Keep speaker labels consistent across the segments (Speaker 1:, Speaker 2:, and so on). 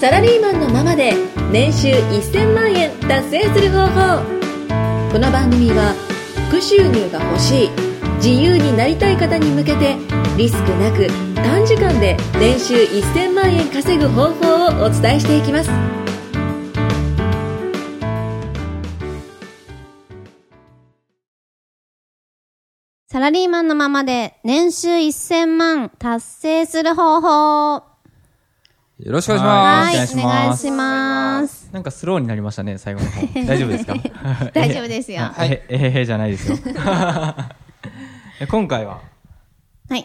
Speaker 1: サラリーマンのままで年収1000万円達成する方法この番組は副収入が欲しい自由になりたい方に向けてリスクなく短時間で年収1000万円稼ぐ方法をお伝えしていきます
Speaker 2: サラリーマンのままで年収1000万達成する方法。
Speaker 3: よろしくお願いしま
Speaker 2: は
Speaker 3: す。
Speaker 2: い、
Speaker 4: い
Speaker 2: お願いし
Speaker 4: お
Speaker 2: ます。
Speaker 4: なんかスローになりましたね、最後の方。大丈夫ですか
Speaker 2: 大丈夫ですよ。は
Speaker 4: はい。えへへじゃないですよ。 え今回は、
Speaker 2: い。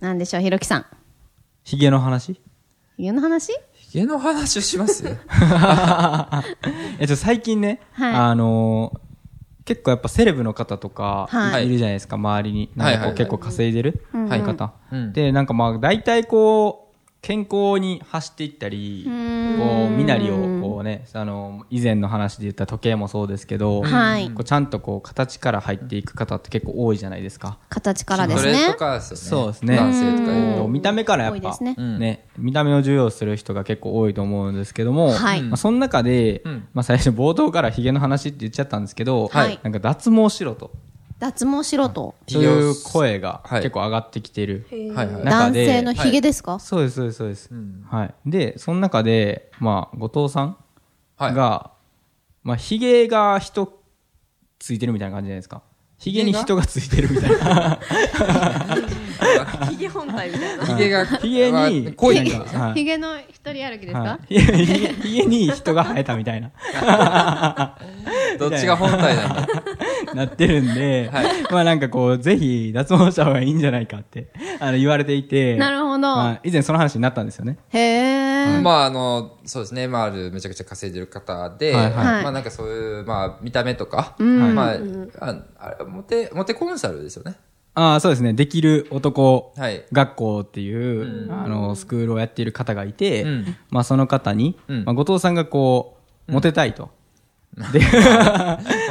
Speaker 2: なんでしょう、ひろきさん。
Speaker 4: ヒゲの話
Speaker 2: 家の話
Speaker 3: ヒゲの話をします
Speaker 4: え、ちょ、最近ね、
Speaker 2: はい
Speaker 4: あのー結構やっぱセレブの方とか
Speaker 2: はい
Speaker 4: いるじゃないですか、周りに。なんか
Speaker 3: はいはい
Speaker 4: こ
Speaker 3: は
Speaker 4: う
Speaker 3: い
Speaker 4: 結構稼いでる
Speaker 2: うん
Speaker 3: はい
Speaker 4: 方。
Speaker 3: うん
Speaker 4: で、なんかまあ大体こう、健康に走っていったり、
Speaker 2: ん
Speaker 4: こう、身なりをこうね、あの、以前の話で言った時計もそうですけど、
Speaker 2: はい
Speaker 4: こうちゃんとこう形から入っていく方って結構多いじゃないですか。
Speaker 2: 形からで
Speaker 3: そ
Speaker 2: す
Speaker 3: れ
Speaker 2: ね
Speaker 3: と。かですよね。
Speaker 4: そうですね
Speaker 3: 男性とか
Speaker 2: うん
Speaker 3: ね
Speaker 4: こう見た目からやっ
Speaker 2: 多いで
Speaker 4: ぱ
Speaker 2: すね
Speaker 3: うん
Speaker 4: ね見た目を重要視する人が結構多いと思うんですけども、
Speaker 2: はい
Speaker 4: まあ、その中で、
Speaker 3: うん
Speaker 4: まあ、最初冒頭からヒゲの話って言っちゃったんですけど、
Speaker 2: はい
Speaker 4: なんか脱毛しろと
Speaker 2: 脱毛しろと。
Speaker 4: そういう声が
Speaker 3: はい
Speaker 4: 結構上がってきてる、
Speaker 3: はいはい。
Speaker 2: 男性のヒゲですか
Speaker 4: そうですそうですそうです、
Speaker 3: ん
Speaker 4: はい、でその中で、まあ、後藤さん
Speaker 3: はい
Speaker 4: が、まあ、ヒゲが人ついてるみたいな感じじゃないですかヒゲに人がついてるみたいな
Speaker 5: ヒゲ本体みたいな。
Speaker 3: ヒゲが、
Speaker 4: ヒゲに
Speaker 3: 濃い
Speaker 4: なん
Speaker 3: ん
Speaker 4: かはい
Speaker 2: ヒゲの一人歩きですか
Speaker 4: はい、 ひひひげに人が生えたみたいな
Speaker 3: どっちが本体なんだ。
Speaker 4: なってるんで、まあなんかこうぜひ脱毛した方がいいんじゃないかってあの言われていて
Speaker 2: なるほど
Speaker 4: まあ以前その話になったんですよね
Speaker 2: へえ。
Speaker 3: まああの、そうですね、まああるめちゃくちゃ稼いでる方で、
Speaker 4: はいはい
Speaker 2: はい
Speaker 3: まあなんかそういう、まあ見た目とか、
Speaker 2: ん
Speaker 3: まあ、ああれモテ、モテコンサルですよね。
Speaker 4: ああそうですねできる男
Speaker 3: はい
Speaker 4: 学校っていう、あのスクールをやっている方がいて、
Speaker 3: うん
Speaker 4: まあその方に、
Speaker 3: うん
Speaker 4: まあ、後藤さんがこうモテた いと、でま
Speaker 3: ま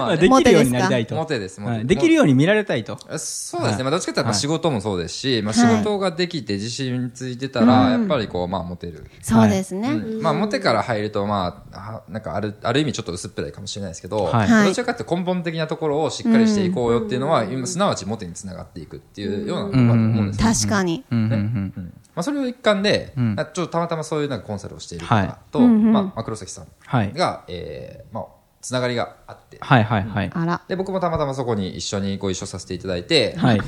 Speaker 3: あ
Speaker 4: あ
Speaker 3: ね
Speaker 4: できるようになりたいと
Speaker 3: モテですモテ
Speaker 4: はいできるように見られたいと
Speaker 3: そうですね。まあ、どっちかっていうと
Speaker 4: はい
Speaker 3: 仕事もそうですし、まあ、仕
Speaker 2: はい
Speaker 3: 事ができて自信ついてたら、やっぱりこう、まあ、モテる。
Speaker 2: そうですね。
Speaker 3: うんまあ、モテから入ると、まあ、あなんかある、ある意味ちょっと薄っぺらいかもしれないですけど、
Speaker 4: はい
Speaker 2: はい
Speaker 3: どちらかっていうと根本的なところをしっかりしていこうよっていうのは、今すなわちモテにつながっていくっていうようなことだと思うんですよ
Speaker 2: 確かに。
Speaker 4: うんうんうん
Speaker 3: うんまあ、それを一環で、
Speaker 4: ん
Speaker 3: なんかちょっとたまたまそういうなんかコンサルをしている
Speaker 4: はい
Speaker 3: 方と、まあ、まあ黒崎さん
Speaker 4: はい
Speaker 3: が、えーまあ、つながりがあって、
Speaker 4: はいはいはい
Speaker 2: あら。
Speaker 3: で、僕もたまたまそこに一緒にご一緒させていただいて、
Speaker 4: はい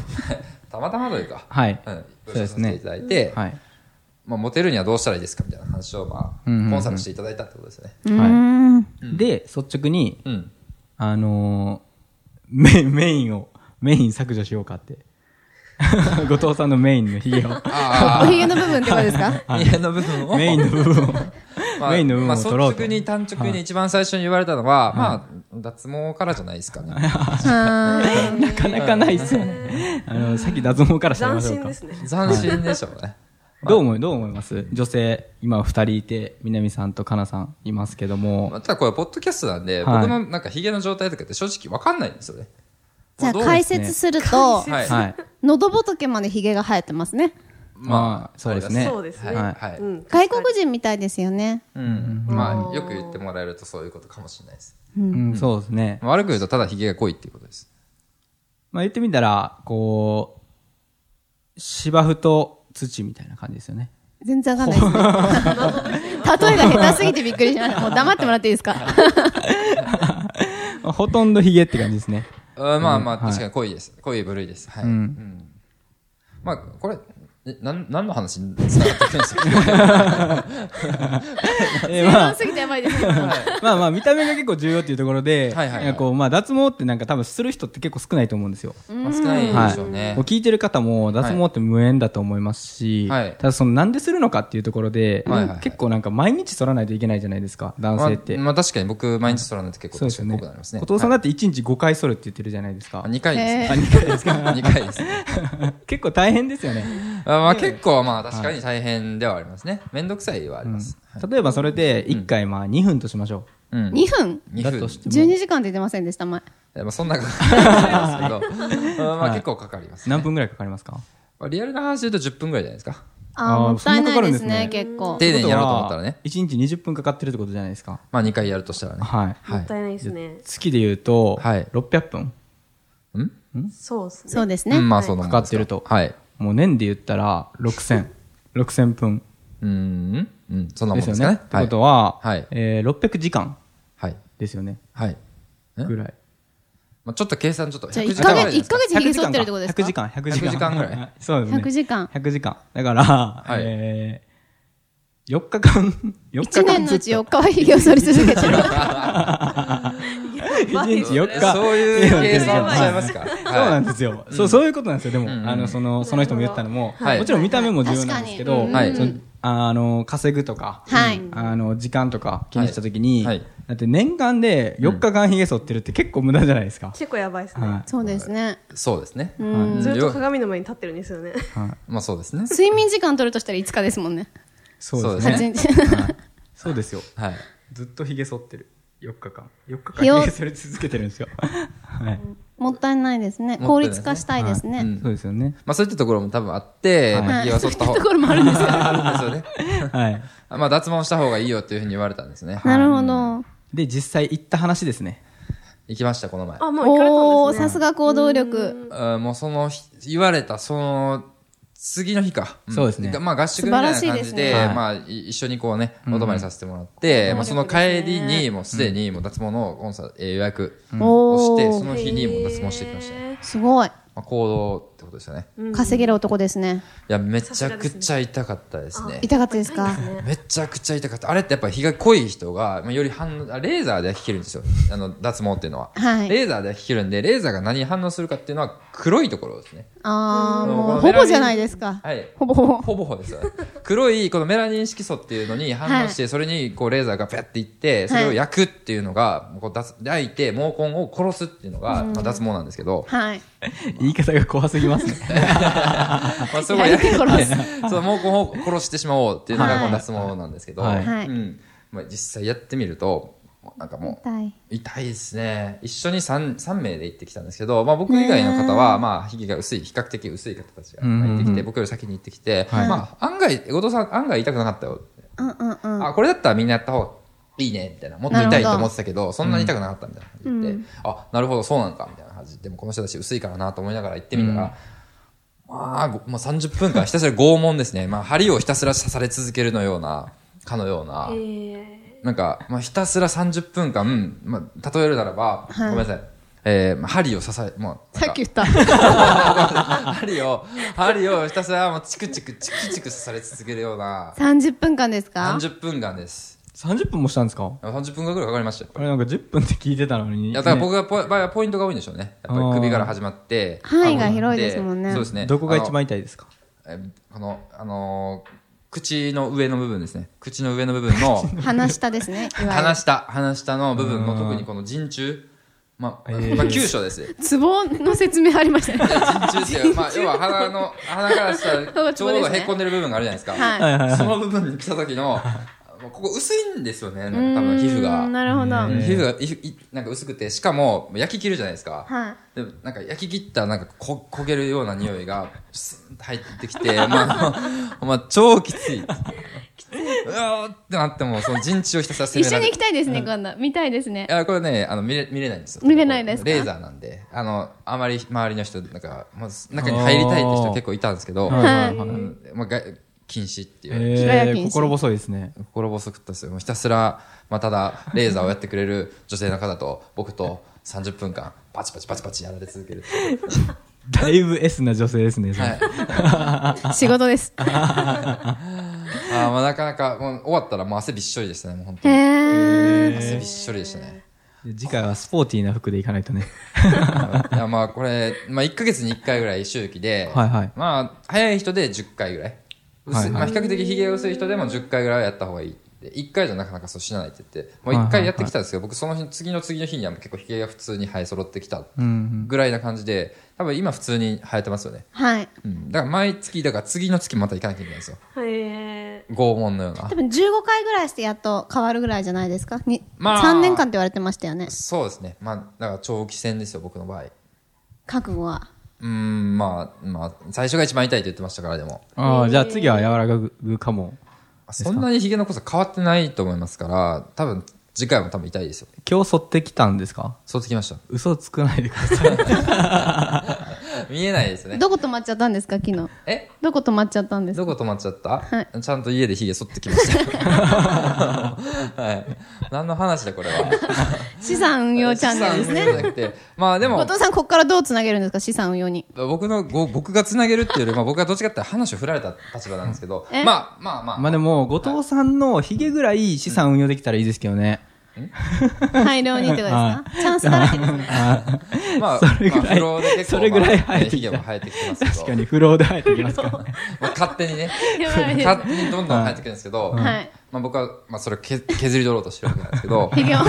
Speaker 3: たまたまというか、
Speaker 4: はい
Speaker 3: うん、ご
Speaker 4: そ
Speaker 3: 一緒
Speaker 4: う
Speaker 3: さ
Speaker 4: です
Speaker 3: せて
Speaker 4: ね
Speaker 3: いただいて、
Speaker 4: はい
Speaker 3: まあ、モテるにはどうしたらいいですかみたいな話を、まあ、コ
Speaker 4: うんうんうん
Speaker 3: ンサルしていただいたってことですね。
Speaker 2: うーん。
Speaker 4: で、率直に、
Speaker 3: うん。
Speaker 4: あのーメイン、メインを、メイン削除しようかって。 後藤さんのメインのヒゲを、
Speaker 2: おひげの部分ってことですか
Speaker 3: 家の部分を、
Speaker 4: メインの部分を、メインの部分
Speaker 3: まあ、
Speaker 4: を
Speaker 3: 率
Speaker 4: 取ろうと。
Speaker 3: 直に単直に一番最初に言われたのは、まあ、脱毛からじゃないですかね。
Speaker 2: はーい
Speaker 4: なかなかないっすよね。あの、さっき脱毛からしてみまし
Speaker 5: 斬
Speaker 4: ょう
Speaker 5: 新
Speaker 4: か
Speaker 5: で。すね。
Speaker 3: 斬新でしょう ね。
Speaker 4: どう思い、どう思います女性、今二人いて、南さんとかなさんいますけども。
Speaker 3: まあ、ただこれ、ポッドキャストなんで、
Speaker 4: はい
Speaker 3: 僕のなんかヒゲの状態とかって正直わかんないんですよね。
Speaker 2: じゃあ
Speaker 3: どう
Speaker 2: 解説すると、
Speaker 3: はい。
Speaker 4: はい。
Speaker 2: 喉仏までヒゲが生えてますね。
Speaker 4: まあ、そうですね。
Speaker 5: そうですね
Speaker 4: はい。
Speaker 3: はい。
Speaker 5: うん
Speaker 2: 外国人みたいですよね。
Speaker 3: うん。まあ、よく言ってもらえるとそういうことかもしれないです。
Speaker 4: うん、そうですね。
Speaker 3: まあ悪く言うと、ただヒゲが濃いっていうことです。
Speaker 4: まあ言ってみたら、こう、芝生と土みたいな感じですよね。
Speaker 2: 全然わかんない ですね。例えが下手すぎてびっくりしました。もう黙ってもらっていいですか
Speaker 4: まあほとんどヒゲって感じですね。
Speaker 3: うんまあまあ、
Speaker 4: はい
Speaker 3: 確かに濃いです。濃い部類です。はい。
Speaker 4: う
Speaker 3: うんんまあ、これ、えなん、何の話に繋がってくるんですか
Speaker 4: えーまあ、
Speaker 2: すぎてやばいですね。
Speaker 4: まあまあ、見た目が結構重要っていうところで、
Speaker 3: はいはいはい
Speaker 4: なんかこう、まあ、脱毛ってなんか多分する人って結構少ないと思うんですよ。
Speaker 3: まあ少ないでしょうね
Speaker 4: こう。聞いてる方も脱毛って無縁だと思いますし、
Speaker 3: はい
Speaker 4: ただそのなんでするのかっていうところで、
Speaker 3: はいはいはい
Speaker 4: 結構なんか毎日剃らないといけないじゃないですか、男性って。
Speaker 3: まあ、まあ確かに僕、毎日剃らないと結構
Speaker 4: そうです
Speaker 3: 確か
Speaker 4: よ
Speaker 3: に
Speaker 4: ね。
Speaker 3: 濃くなりますね。
Speaker 4: お父さんだ
Speaker 3: は
Speaker 4: って1日5回剃るって言ってるじゃないですか。
Speaker 3: いあ、2回です
Speaker 2: へ
Speaker 3: ね。
Speaker 4: 2回です か
Speaker 3: 2回ですね。
Speaker 4: 結構大変ですよね。
Speaker 3: あまあ結構、まあ確かに大変ではありますね。めんどくさいはあります。はい
Speaker 4: 例えばそれで1回まあ2分としましょ
Speaker 3: うん。
Speaker 2: 2分
Speaker 4: う。
Speaker 3: 二
Speaker 4: だ
Speaker 3: 分
Speaker 4: としても
Speaker 2: ?12 時間って言ってませんでした、前。
Speaker 3: えまあ、そんなかかりますけど、まあまあ
Speaker 4: はい
Speaker 3: 結構かかります、ね。
Speaker 4: 何分ぐらいかかりますか
Speaker 3: まあリアルな話で言うと10分ぐらいじゃないですか。
Speaker 2: あ
Speaker 4: あ
Speaker 2: ー
Speaker 4: ー
Speaker 2: もったいないです
Speaker 4: そ
Speaker 2: ね、
Speaker 4: んなかかるんですね
Speaker 2: 結構。
Speaker 3: 丁寧にやろうと思ったらね。
Speaker 4: 1日20分かかってるってことじゃないですか。
Speaker 3: まあ2回やるとしたらね。
Speaker 4: はい。
Speaker 3: は
Speaker 5: もったいないですね。
Speaker 4: 月で言うと、
Speaker 3: はい
Speaker 4: 600分。
Speaker 3: い。ん
Speaker 5: そうっすね。
Speaker 2: そうです
Speaker 3: う
Speaker 2: ね。
Speaker 3: んまあその
Speaker 4: かかってると
Speaker 3: はい。
Speaker 4: もう年で言ったら、6000。6000分
Speaker 3: うーん。うん。そんなも
Speaker 4: で
Speaker 3: ん
Speaker 4: す
Speaker 3: で
Speaker 4: よ
Speaker 3: す
Speaker 4: ね。
Speaker 3: かね。
Speaker 4: ってことは、
Speaker 3: はい
Speaker 4: えー600時間
Speaker 3: はい。
Speaker 4: ですよね。
Speaker 3: はい。ん
Speaker 4: ぐらい。
Speaker 3: まあちょっと計算ちょっと。
Speaker 2: じゃあ
Speaker 3: 100
Speaker 2: 1
Speaker 3: 時間
Speaker 2: ヶ
Speaker 3: ぐら
Speaker 2: 月、
Speaker 3: いです
Speaker 2: 一ヶ
Speaker 3: か
Speaker 2: 月ひげ剃ってるってことですか
Speaker 4: 100時間、100
Speaker 3: 100時間ぐらい。
Speaker 4: そうですね。
Speaker 2: 100時間
Speaker 4: 100時間。だから、
Speaker 3: い
Speaker 4: えー、4日間、4日
Speaker 2: 1
Speaker 4: 間
Speaker 2: 年の
Speaker 4: ず
Speaker 2: う
Speaker 4: っ
Speaker 2: ち4日はひげを剃り続けてる。
Speaker 4: と、1日4日。
Speaker 3: そういう計算しちゃいますか。はい
Speaker 4: そうなんですよ。そう、そういうことなんですよ。でも、あの、その、その人も言ったのも、
Speaker 3: はい
Speaker 4: もちろん見た目も重要なんですけど、
Speaker 2: 確
Speaker 3: かに
Speaker 4: その
Speaker 3: うん
Speaker 4: あの、稼ぐとか、
Speaker 2: はい
Speaker 4: あの、時間とか気にしたときに、
Speaker 3: はいはい
Speaker 4: だって年間で4日間髭剃ってるって結構無駄じゃないですか。
Speaker 5: 結構やばいですね。
Speaker 4: は
Speaker 2: そうですね。
Speaker 3: そうですね。
Speaker 4: ん
Speaker 5: ずっと
Speaker 3: よ
Speaker 5: 鏡の前に立ってるんですよね。
Speaker 4: い。はい。
Speaker 3: まあそうですね。
Speaker 2: 睡眠時間取るとしたら5日ですもんね。
Speaker 4: そうで
Speaker 3: そうですす
Speaker 4: ね。
Speaker 3: ね
Speaker 2: 一日
Speaker 4: はいそうですよ。
Speaker 3: はい。
Speaker 4: ずっと髭剃ってる。4日間。4日
Speaker 2: 日を
Speaker 4: 間髭剃り続けてるんですよ。はい。
Speaker 2: もったいないですね。
Speaker 3: もったいないですね
Speaker 2: 効率化したいですね。
Speaker 3: はいうん
Speaker 4: そうですよね。
Speaker 3: まあそういったところも多分あって、
Speaker 4: はい
Speaker 3: まあ、髭は剃った方
Speaker 2: ところもあるんですよ。
Speaker 3: あるんですよね。
Speaker 4: はい。
Speaker 3: まあ脱毛した方がいいよっていうふうに言われたんですね。
Speaker 2: なるほど。
Speaker 4: で、実際行った話ですね。
Speaker 3: 行きました、この前。
Speaker 5: あ、もう行かれ
Speaker 2: お
Speaker 5: たん
Speaker 2: お
Speaker 5: ですね。
Speaker 2: さすが行動力。
Speaker 3: あもうその日、言われた、その、次の日か。ん
Speaker 4: そうですね
Speaker 3: まあ合宿みたいな感
Speaker 2: 素
Speaker 3: じ
Speaker 2: 晴らしいで
Speaker 3: で、
Speaker 2: す
Speaker 4: ねはい
Speaker 3: まあい一緒にこうね、お泊まりさせてもらって、まあその帰りに、もうすでにもう脱毛のコンサート、えー予約を
Speaker 2: お
Speaker 3: して、そ
Speaker 2: お
Speaker 3: の日にもう脱毛してきましたね。
Speaker 2: すごい。
Speaker 3: まあ行動ってことでしたね。い
Speaker 2: 稼げる男ですね。
Speaker 3: や、めちゃくちゃ痛かったですね。
Speaker 2: 痛かったですか
Speaker 3: めちゃくちゃ痛かった。あれってやっぱり日が濃い人が、まあ、より反応、あレーザーで引けるんですよ。あの、脱毛っていうのは。
Speaker 2: はい
Speaker 3: レーザーで引けるんで、レーザーが何に反応するかっていうのは黒いところですね。
Speaker 2: ああ、
Speaker 3: うん
Speaker 2: もうほぼじゃないですか。
Speaker 3: はい。
Speaker 2: ほぼほぼ。
Speaker 3: ほぼほぼですよ。黒い、このメラニン色素っていうのに反応して、それにこうレーザーがペッていって、それを焼くっていうのが、こう脱、焼いて毛根を殺すっていうのが、まあ、脱毛なんですけど、
Speaker 2: はい。
Speaker 4: 言い方が怖すぎます ね。
Speaker 3: まあ、そこを焼いて、
Speaker 2: 焼いて
Speaker 3: その毛根を殺してしまおうっていうのがこの脱毛なんですけど、
Speaker 4: はい
Speaker 2: はい
Speaker 3: うん。まあ、実際やってみると、なんかもう、
Speaker 2: 痛い。
Speaker 3: 痛いですね。一緒に 3, 三名で行ってきたんですけど、まあ僕以外の方は、まあ、ひげが薄い、比較的薄い方たちが入ってきて、僕より先に行ってきて、まあ、案外、後藤さん、案外痛くなかったよ。
Speaker 2: うんうんうん。
Speaker 3: あ、これだったらみんなやった方がいいね、みたいな。もっと痛いと思ってたけど、そんなに痛くなかったみたいな感じで、あ、なるほど、そうなんだ、みたいな感じで、でもこの人たち薄いからなと思いながら行ってみたら、まあ、ごまあ、30分間ひたすら拷問ですね。まあ、針をひたすら刺され続けるのような、かのような。
Speaker 5: え
Speaker 3: なんか、まあ、ひたすら30分間、まあ、例えるならば、
Speaker 2: はい
Speaker 3: ごめんなさい。えー、まあ針を支え、もう、
Speaker 2: さっき言った。
Speaker 3: なんか 針を、針をひたすらもうチクチク、チクチク刺され続けるような、
Speaker 2: 30分間ですか
Speaker 3: 30分間です。
Speaker 4: 30分もしたんですか
Speaker 3: 30分間ぐらいかかりましたよ。
Speaker 4: あれなんか10分って聞いてたのに。
Speaker 3: いや、だから
Speaker 4: ね
Speaker 3: 僕がポ,、場合はポイントが多いんでしょうね。やっぱり首から始まって。
Speaker 2: あー範囲が
Speaker 3: 顎
Speaker 2: 広いですもんね
Speaker 3: そうですね。
Speaker 4: どこが一番痛いですか
Speaker 3: あのえーこの、あのー口の上の部分ですね。口の上の部分 の、
Speaker 2: 鼻下 ですね。いわゆる
Speaker 3: 鼻下、鼻下の部分の
Speaker 4: うん
Speaker 3: 特にこの陣中、まあ、
Speaker 4: えー
Speaker 3: まあ、急所です。
Speaker 2: ツボの説明ありましたね。
Speaker 3: 陣中っていう、まあ、要は鼻の、鼻か らしたら、ちょうどへこんでる部分があるじゃないですか。
Speaker 2: はい。
Speaker 3: その部分に来た時の、ここ薄いんですよね、なんか 多
Speaker 2: うー
Speaker 3: 分
Speaker 2: ん
Speaker 3: 皮膚が。
Speaker 2: なるほど。
Speaker 3: うん皮膚がいいなんか薄くて、しかも焼き切るじゃないですか。
Speaker 2: はい。
Speaker 3: でもなんか焼き切ったなんかこ焦げるような匂いがスーンと入ってきて、 まあ、 まあ、超きつい。きつい。うわーってなっても、その陣地をひたすら攻
Speaker 2: 一
Speaker 3: めら
Speaker 2: 緒
Speaker 3: れ
Speaker 2: に
Speaker 3: る
Speaker 2: 行き。たいですね、今度。見たいですね
Speaker 3: い。や、これね、あの、見れ、見れないんですよ。
Speaker 2: 見れないですか
Speaker 3: レーザーなんで、あの、あまり周りの人、なんか、まず中に入りたいって人結構いたんですけど、
Speaker 4: はいはいはい
Speaker 3: うんまあ、が禁止っていう、
Speaker 2: 着替え
Speaker 4: え
Speaker 2: 禁
Speaker 4: ー、
Speaker 2: 止
Speaker 4: 心細いですね。
Speaker 3: 心細くったんですよ。もうひたすら、まあ、ただ、レーザーをやってくれる女性の方と、僕と30分間、パチパチパチパチやられ続けるっていう。
Speaker 4: だいぶ S な女性ですね。それ
Speaker 3: はい。
Speaker 2: 仕事です。
Speaker 3: あーまあ、なかなか、もう終わったらもう汗びっしょりでしたね、もう本当
Speaker 2: へ
Speaker 3: に。
Speaker 2: え。
Speaker 3: 汗びっしょりでした ね。
Speaker 4: で次回はスポーティーな服で行かないとね。
Speaker 3: いや、まあ、これ、まあ、1ヶ月に1回ぐらい周期で、
Speaker 4: はいはい
Speaker 3: まあ、早い人で10回ぐらい。薄い
Speaker 4: はいはい
Speaker 3: まあ、比較的髭が薄い人でも10回ぐらいはやった方がいいって。1回じゃなかなかそう死なないって言って、もう1回やってきたんですけど、僕その日、次の次の日には結構髭が普通に生え揃ってきた
Speaker 4: うん
Speaker 3: ぐらいな感じで、多分今普通に生えてますよね。
Speaker 2: はい。
Speaker 3: うん。だから毎月、だから次の月また行かなきゃいけないんですよ。
Speaker 5: ー、え
Speaker 3: 拷問のような
Speaker 2: 多。分15回ぐらいしてやっと変わるぐらいじゃないですか。に
Speaker 3: まあ
Speaker 2: 3年間って言われてましたよね。
Speaker 3: そうですね。まあ、だから長期戦ですよ、僕の場合。
Speaker 2: 覚悟は。
Speaker 3: うん、まあ、まあ、最初が一番痛いと言ってましたから、でも。
Speaker 4: ああ、じゃあ次は柔らかくかも。
Speaker 3: そんなにヒゲの濃さ変わってないと思いますから、多分、次回も多分痛いですよ。
Speaker 4: 今日剃ってきたんですか
Speaker 3: そうてきま した。
Speaker 4: 嘘つかないでください。
Speaker 3: 見えないですね。
Speaker 2: どこ止まっちゃったんですか、昨日。
Speaker 3: え
Speaker 2: どこ止まっちゃったんです
Speaker 3: ど
Speaker 2: か
Speaker 3: こ止まっちゃった、
Speaker 2: は
Speaker 3: ちゃんと家でヒゲ剃ってきま した。はい。何の話だ、これは。
Speaker 2: 資産運用チャンネルですね。
Speaker 3: 資産運用じゃなくて。まあで
Speaker 2: 後
Speaker 3: も、
Speaker 2: 藤さん、ここからどうつなげるんですか、資産運用に。
Speaker 3: 僕の、ご僕が繋げるっていうより、まあ僕がどっちかっていうと話を振られた立場なんですけど、
Speaker 2: え
Speaker 3: まあまあまあ、
Speaker 4: まあでも、後藤さんのヒゲぐらい資産運用できたらいいですけどね。
Speaker 2: 大量にってことですかチャンスだらけですね。
Speaker 3: まあ、
Speaker 4: それぐらい
Speaker 3: まあフローで結構
Speaker 4: それぐらい
Speaker 3: まあ
Speaker 4: 生えてきた
Speaker 3: ヒゲも生えてきてますけど。
Speaker 4: 確かに不老で入ってきま すからね。
Speaker 3: まあ、勝手にね
Speaker 2: やばいです
Speaker 3: 勝手にどんどん生えてくるんですけど、
Speaker 2: はい
Speaker 3: まあ、僕は、まあ、それをけ削り取ろうとしてるわけなんですけ ど、
Speaker 2: ひげを。
Speaker 3: う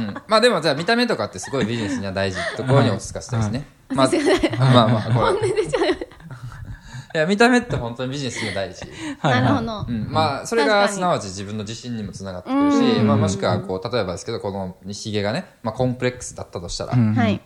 Speaker 3: ん、まあでもじゃあ見た目とかってすごいビジネスには大事ところに落ち着かせたいですね、まあ、
Speaker 2: すいません
Speaker 3: まあまあこれ いや見た目って本当にビジネスには大事、
Speaker 4: はい
Speaker 2: なるほ
Speaker 3: う
Speaker 2: ど。
Speaker 3: ん、まあそれ
Speaker 2: 確
Speaker 3: が
Speaker 2: かに
Speaker 3: すなわち自分の自信にもつながってくるし、まあ、もしくはこう例えばですけどこのひげがね、まあ、コンプレックスだったとしたら、
Speaker 2: はい。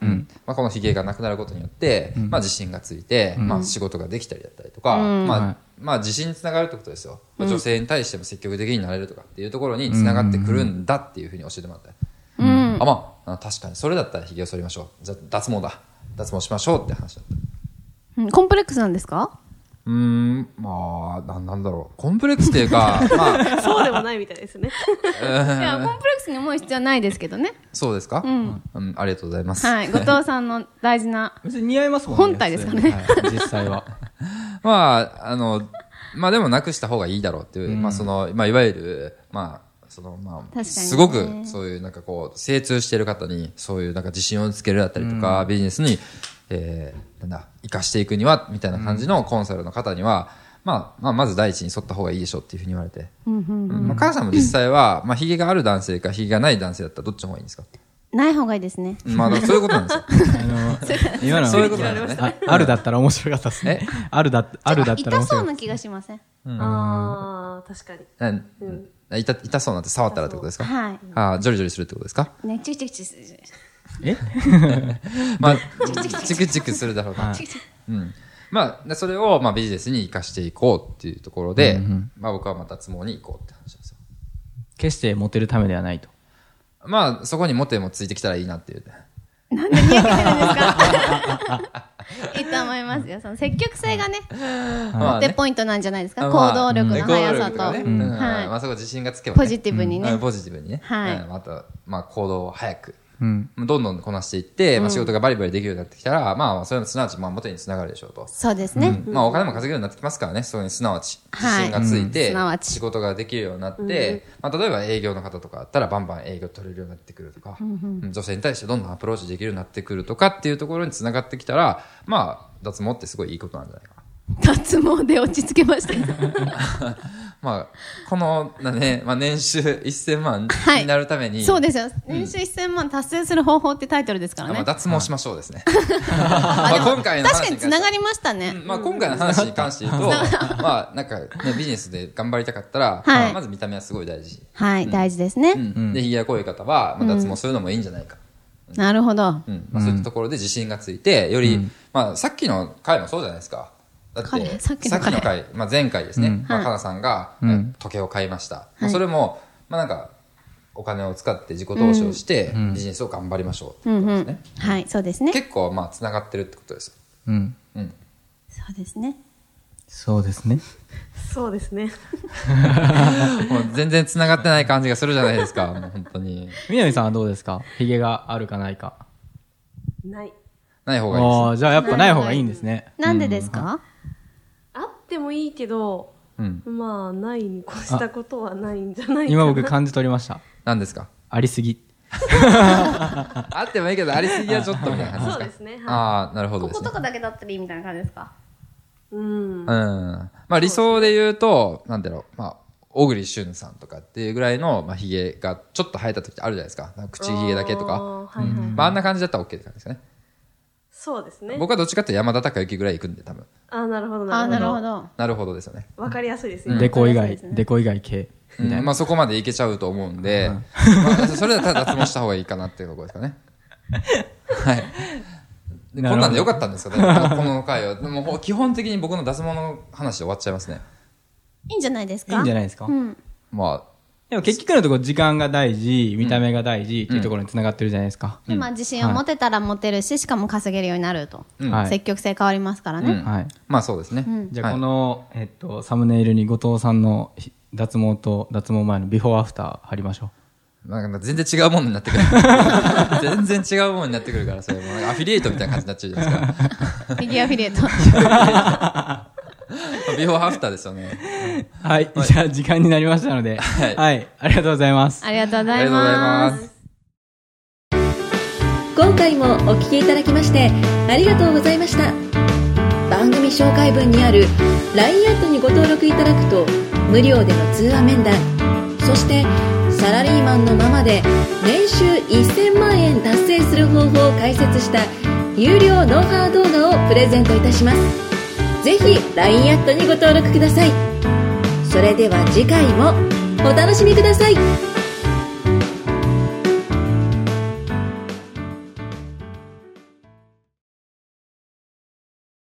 Speaker 3: まあ、このひげがなくなることによって、まあ、自信がついて、まあ、仕事ができたりだったりとか、まあ
Speaker 4: はい
Speaker 3: まあ、自信につながるってことですよ、まあ女性に対しても積極的になれるとかっていうところにつながってくるんだっていうふうに教えてもらった、
Speaker 2: うん。
Speaker 3: あまああ確かにそれだったらひげを剃りましょうじゃあ脱毛だ脱毛しましょうって話だった
Speaker 2: うんコンプレックスなんですか
Speaker 3: うーんまあななんだろうコンプレックスっていう かまあ
Speaker 5: そうでもないみたいです ね。
Speaker 2: いや、コンプレックスに思う必要はないですけどね。
Speaker 3: そうですか、うんありがとうございます、
Speaker 2: はい。後藤さんの大事な。
Speaker 4: 別に似合いますもんね。
Speaker 2: 本体ですからね
Speaker 4: 普通にはい実際は。
Speaker 3: まあ、あの、まあでもなくした方がいいだろうっていう、まあその、まあいわゆる、まあ、そのまあ、
Speaker 2: かにね
Speaker 3: すごくそういうなんかこう、精通してる方に、そういうなんか自信をつけるだったりとか、ビジネスに、えー、なんだ、生かしていくには、みたいな感じのコンサルの方には、まあ、まあ、まず第一に沿った方がいいでしょうっていうふうに言われて。うんまあ、母さんも実際は、まあ、髭がある男性か、髭がない男性だったらどっちの方がいいんですか
Speaker 2: ない方がいいですね。
Speaker 3: まあ、だからそういうことなんですよ。
Speaker 4: 今の
Speaker 3: そういうことなんですね
Speaker 4: ああるだったら面白かったですね。あるだ、あるだっ
Speaker 2: 痛そ
Speaker 4: たら面白か
Speaker 2: う
Speaker 4: った。
Speaker 2: な気がしません。
Speaker 5: ああ、確かに。
Speaker 3: な痛痛そうなんて触ったらってことですか
Speaker 2: はい。
Speaker 3: ああ、ジョリジョリするってことですか
Speaker 2: ね、チュチュチュチュチュ
Speaker 4: え
Speaker 3: まあ、チクチクするだろうな。うん。まあ、でそれを、まあ、ビジネスに生かしていこうっていうところで、まあ、僕はまあ脱毛に行こうって話なんですよ。
Speaker 4: 決してモテるためではないと。
Speaker 3: まあ、そこにモテもついてきたらいいなっていう。
Speaker 2: なんで見えてるんですかいいと思いますよ。その積極性がね、
Speaker 3: まあ
Speaker 2: で
Speaker 3: ね、
Speaker 2: ポイントなんじゃないですか。行
Speaker 3: まあ
Speaker 2: 動力の速さ
Speaker 3: 行動力かね
Speaker 2: と。
Speaker 3: うん
Speaker 2: はい
Speaker 3: まあ、そこ自信がつけば、
Speaker 2: ポジティブに
Speaker 3: う
Speaker 2: ね
Speaker 3: ん。ポジティブにね。
Speaker 2: はい
Speaker 3: うんあと、まあ、行動を早く。
Speaker 4: うん。
Speaker 3: どんどんこなしていって、まあ、仕事がバリバリできるようになってきたら、まあ、それもすなわち、まあ、モテにつながるでしょうと。
Speaker 2: そうですね。
Speaker 3: まあお金も稼げるようになってきますからね、そこにすなわち
Speaker 2: はい
Speaker 3: 自信がついて、
Speaker 2: うんすなわち
Speaker 3: 仕事ができるようになって、まあ、例えば営業の方とかだったらバンバン営業取れるようになってくるとか、うん女性に対してどんどんアプローチできるようになってくるとかっていうところにつながってきたら、まあ脱毛ってすごいいいことなんじゃないか な。
Speaker 2: 脱毛で落ち着けました。
Speaker 3: まあ、この、なね、まあ、年収1000万
Speaker 2: はい
Speaker 3: になるために、
Speaker 2: そうですよ。年収1000万達成する方法ってタイトルですから
Speaker 3: あまあ、
Speaker 2: ね。
Speaker 3: 脱毛しましょうです ね。まあ、今回の
Speaker 2: 確
Speaker 3: 話
Speaker 2: かに
Speaker 3: に関して
Speaker 2: 繋がりましたね。
Speaker 3: まあ、今回の話に関して言う と、まあ、なんか、ね、ビジネスで頑張りたかったら、
Speaker 2: はい
Speaker 3: まあまず見た目はすごい大事。
Speaker 2: はい、大事ですね。
Speaker 3: うん、で、ひげが濃い方は、まあ、脱毛するのもいいんじゃないか。
Speaker 2: なるほど。
Speaker 3: うんまあ、そういったところで自信がついて、より、まあ、さっきの回もそうじゃないですか。だっ
Speaker 2: 回
Speaker 3: て、
Speaker 2: さっきの回
Speaker 3: 回、まあ、前回ですね、まあ、
Speaker 2: はい
Speaker 3: かなさんが、
Speaker 4: ん
Speaker 3: 時計を買いました。まあそれも、まあ、なんか、お金を使って自己投資をして、ビジネスを頑張りましょうって
Speaker 2: う
Speaker 3: い
Speaker 2: ん
Speaker 3: こと
Speaker 2: う
Speaker 3: ですね
Speaker 2: ん。はい、そうですね。
Speaker 3: 結構、まあ、つながってるってことですよ。
Speaker 4: うん。
Speaker 3: うん。
Speaker 2: そうですね。
Speaker 4: そうですね。
Speaker 5: そうですね。
Speaker 3: もう全然つながってない感じがするじゃないですか、もう本当に。
Speaker 4: 南さんはどうですかヒゲがあるかないか。
Speaker 5: ない。
Speaker 3: ない方がいいですね
Speaker 4: ああ、じゃあやっぱない方がいいんですね。
Speaker 2: なんでですか
Speaker 5: あってもいいけど、
Speaker 3: うん。
Speaker 5: まあ、ないに越したことはないんじゃないかな
Speaker 4: 今僕感じ取りました。
Speaker 3: 何ですか
Speaker 4: ありすぎ。
Speaker 3: あってもいいけど、ありすぎはちょっとみたいな感じです
Speaker 5: そう
Speaker 3: か
Speaker 5: ですね。は
Speaker 3: ああ、なるほど
Speaker 2: こ
Speaker 3: です
Speaker 2: こ
Speaker 3: ね
Speaker 2: と。かだけだったらいいみたいな感じですか
Speaker 5: い。うん。
Speaker 3: うん。まあ理想で言うと、なんだろう、まあ、小栗旬さんとかっていうぐらいの、まあ、ヒゲがちょっと生えた時ってあるじゃないですか。なんか口ヒゲだけと
Speaker 5: あ
Speaker 3: か。
Speaker 5: ーはいはい
Speaker 3: まあ、あんな感じだったら OK って感じですかね。
Speaker 5: そうですね。
Speaker 3: 僕はどっちかっていうと山田孝之ぐらい行くんで、多分。
Speaker 5: ああ、なるほど、
Speaker 2: あー、
Speaker 5: な
Speaker 2: な
Speaker 5: る
Speaker 2: る
Speaker 5: ほ
Speaker 2: ほ
Speaker 5: ど。
Speaker 2: ど。
Speaker 3: なるほどですよね。
Speaker 5: わかりやすいですね。
Speaker 4: デコ以外
Speaker 2: そうです、ね
Speaker 4: デコ以外系。
Speaker 3: うんまあそこまでいけちゃうと思うんで、 まあ、それだったら脱毛した方がいいかなっていうところですかね。はい。でこんなんでよかったんですよ、だからこの回は。でもほ基本的に僕の脱毛の話で終わっちゃいますね。
Speaker 2: いいんじゃないですか
Speaker 4: いいんじゃない
Speaker 2: い
Speaker 4: ですか、
Speaker 2: うん。
Speaker 3: ま
Speaker 4: でも結局のところ時間が大事、見た目が大事っていうところに繋がってるじゃないですか。
Speaker 2: 今自信を持てたら持てるし、しかも稼げるようになると、
Speaker 3: うん
Speaker 4: はい
Speaker 2: 積極性変わりますから
Speaker 3: あ、
Speaker 2: ね、
Speaker 3: うん
Speaker 4: はい
Speaker 3: まあそうですね。
Speaker 2: ん
Speaker 4: じゃあ
Speaker 3: はい
Speaker 4: この、えっと、サムネイルに後藤さんの脱毛と脱毛前のビフォーアフター貼りましょ
Speaker 3: なんか全然違うものになってくる。 全然違うものになってくるから、それもなんかアフィリエイトみたいな感じになっちゃうじゃないです
Speaker 2: フ
Speaker 3: か。
Speaker 2: ィギュアフィリエイト
Speaker 3: ビフォーアフターですよね。
Speaker 4: う。はい。じゃあ時間になりましたので、
Speaker 3: はい
Speaker 4: はい。ありがとうございます。
Speaker 2: ありがとうご
Speaker 3: あ
Speaker 2: ざ
Speaker 3: り
Speaker 2: い
Speaker 3: がとうござい
Speaker 2: ま
Speaker 3: ますす。
Speaker 1: 今回もお聞きいただきましてありがとうございました番組紹介文にある LINE アットにご登録いただくと無料での通話面談そしてサラリーマンのままで年収1000万円達成する方法を解説した有料ノウハウ動画をプレゼントいたしますぜひ LINE アットにご登録くださいそれでは次回もお楽しみください